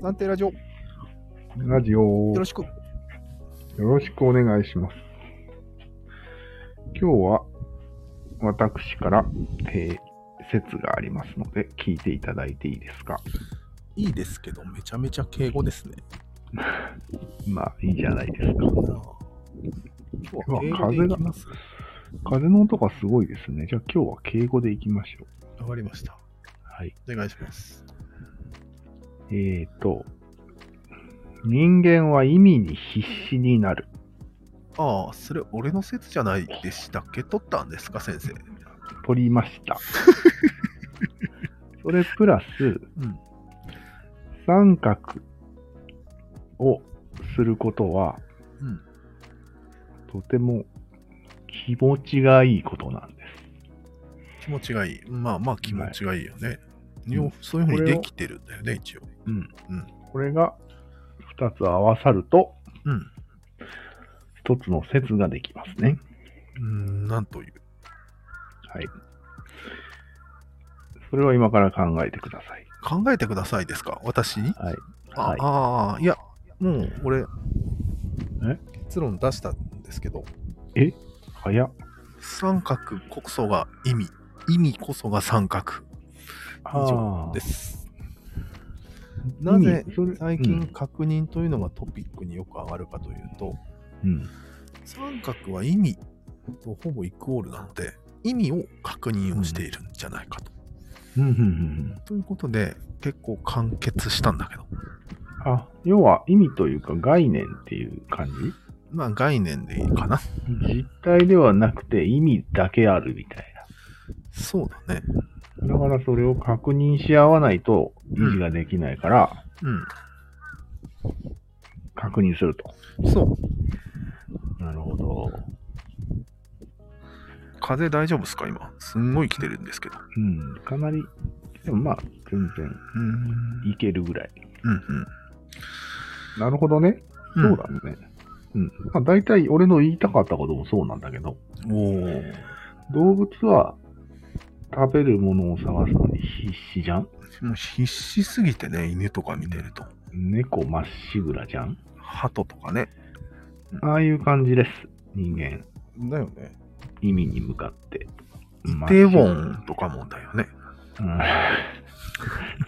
なんてラジオ、よラジオ、よろしく。ろしくお願いします。今日は、私から、えー説がありますので、聞いていただいていいですかいいですけど、めちゃめちゃ敬語ですね。まあ、いいじゃないですか。今日は敬語でいきます。風の音がすごいですね。じゃあ今日は敬語でいきましょう。わかりました。はい。お願いします。えーと、人間は意味に必死になる。ああ、それ俺の説じゃないでしたっけ取ったんですか、先生。取りま した。それプラス、うん。三角をすることは、うん。とても気持ちがいいことなんで気持ちがいい。まあまあ気持ちがいいよね。いようんそういうふうこにれでをきてるんだよね、一応。す。うん。うんこれが二つ合わさると、うん。一つの説ができますね。うん、なんという。はい。それを今から考えてください。考えてくださいですか、私に。はい。あ、はいああ、いや、もう俺、え結論出したんですけど、早っ。三角こそが意味、意味こそが三角以上あでーす。意味なぜそれ最近確認というのがトピックによく上がるかというと、うん。三角は意味とほぼイコールなので、意味を確認をしているんじゃないかと。うん。うんうんうん。ということで、結構完結したんだけど、あ、要は意味というか概念っていう感じまあ概念でいいかな。実体ではなくて意味だけあるみたいそうだね。な。だからそれを確認し合わないと維持ができないから、う確認すると。ん。そう。なるほど。風大丈夫ですか今。すんごい来てるんですけど。うん、かなり、でもまあ、全然うん。いけるぐらい。うんなるほどね。うそん。うだね。うん。まあ、大体俺の言いたかったこともそうなんだけど、うん。おお。動物は食べるものを探すのに必死じゃんもう必死すぎてね、犬とか見てると。猫まっしぐらじゃん鳩とかね。ああいう感じです。人間。だよね。意味に向かって。イテウまっしォンとかもだよね。ぐら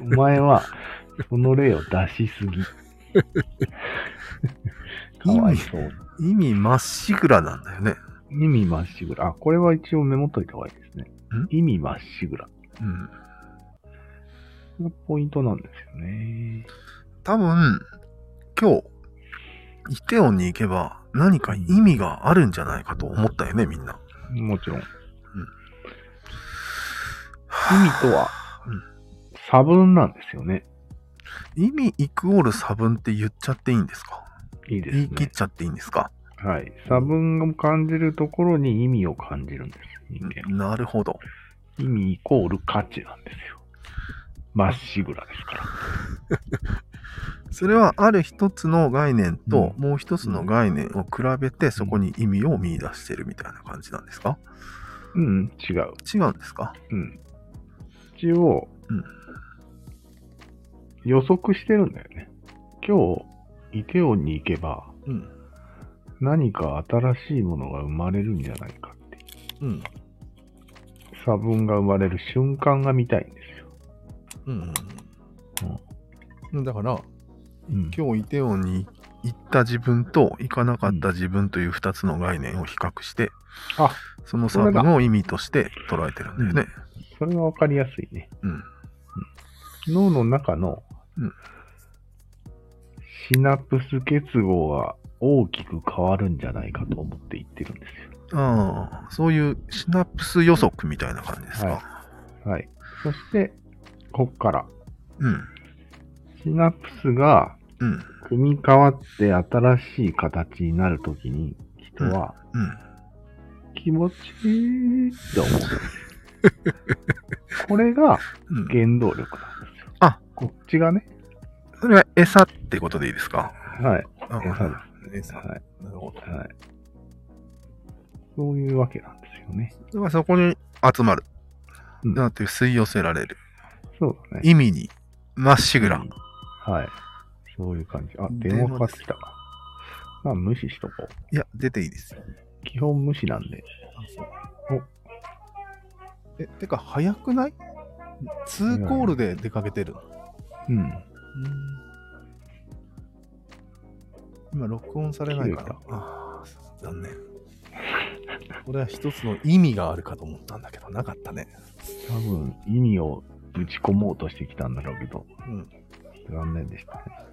うんお前は、その例を出し すぎ。かわいそう。意味まっしぐらなんだよね。意味まっしぐら。あ、これは一応メモっといた方がいいですね。意味まっしぐら。うん。これがポイントなんですよね。多分、今日、イテウォンに行けば何か意味があるんじゃないかと思ったよね、みんな。もちろん。意味とはうん、差分なんですよね。意味イクオール差分って言っちゃっていいんですかいいです言い切っね。ちゃっていいんですかはい。差分を感じるところに意味を感じるんです。人間は。なるほど。意味イコール価値なんですよ。まっしぐらですから。それはある一つの概念とうもう一つの概念を比べてそこに意味を見出してるみたいな感じなんですかうん、違う。違うんですかうん。一応、うん予測してるんだよね。今日、イテオンに行けば、うん。何か新しいものが生まれるんじゃないかって。うん。差分が生まれる瞬間が見たいんですよ。うん。うん、だからうん今日イテオンに行った自分と行かなかった自分という2つの概念を比較して、あその差分を意味として捉えてるんだよね。それがわかりやすいね。うん。脳の中のうんシナプス結合が大きく変わるんじゃないかと思って言ってるんですよ。ああ、そういうシナプス予測みたいな感じですか。はいはい。そして、こっから、うん。シナプスがうん。組み替わって新しい形になるときに、人はうん。気持ちいいっ て思うんですよ。これがうん、原動力なんですよ。あこっちがね。それは餌ってことでいいですかはい。あ餌餌はなるほど。い。はい。そういうわけなんですよね。だからそこに集まる。うんなんていう吸い寄せられる。そうだね。意味に、まっしぐら。はい。そういう感じ。あ、電電話話かかっでてすきたな。まあ、無視しとこいや、出ていいですよ。う。基本無視なんで。え、てか、早くない ?2 コールで出かけてる。うん。今、録音されないか切れら。あー残念。これは一つの意味があるかと思ったんだけど、なかったね。多分、意味をぶち込もうとしてきたんだろうけど、うん。残念でしたね。うん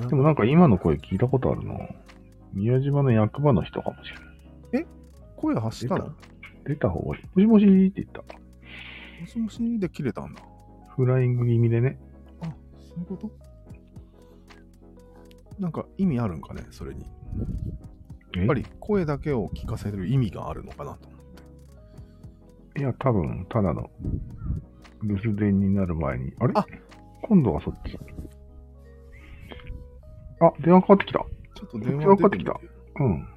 でもなんか今の声聞いたことあるな。宮島の役場の人かもしれない。声発したの出出た方がいい。もしもしって言った。もしもしで切れたんだ。フライング気味でね。あ、そういうことなんか意味あるんかね、それに。ややっぱり声だけを聞かせる意味があるのかなと思って。いや、多分、ただの、留守電になる前に。あれあ今度はそっち。あ、電話かかってきた。ちょっと電電話話かか出っててききたた。うん。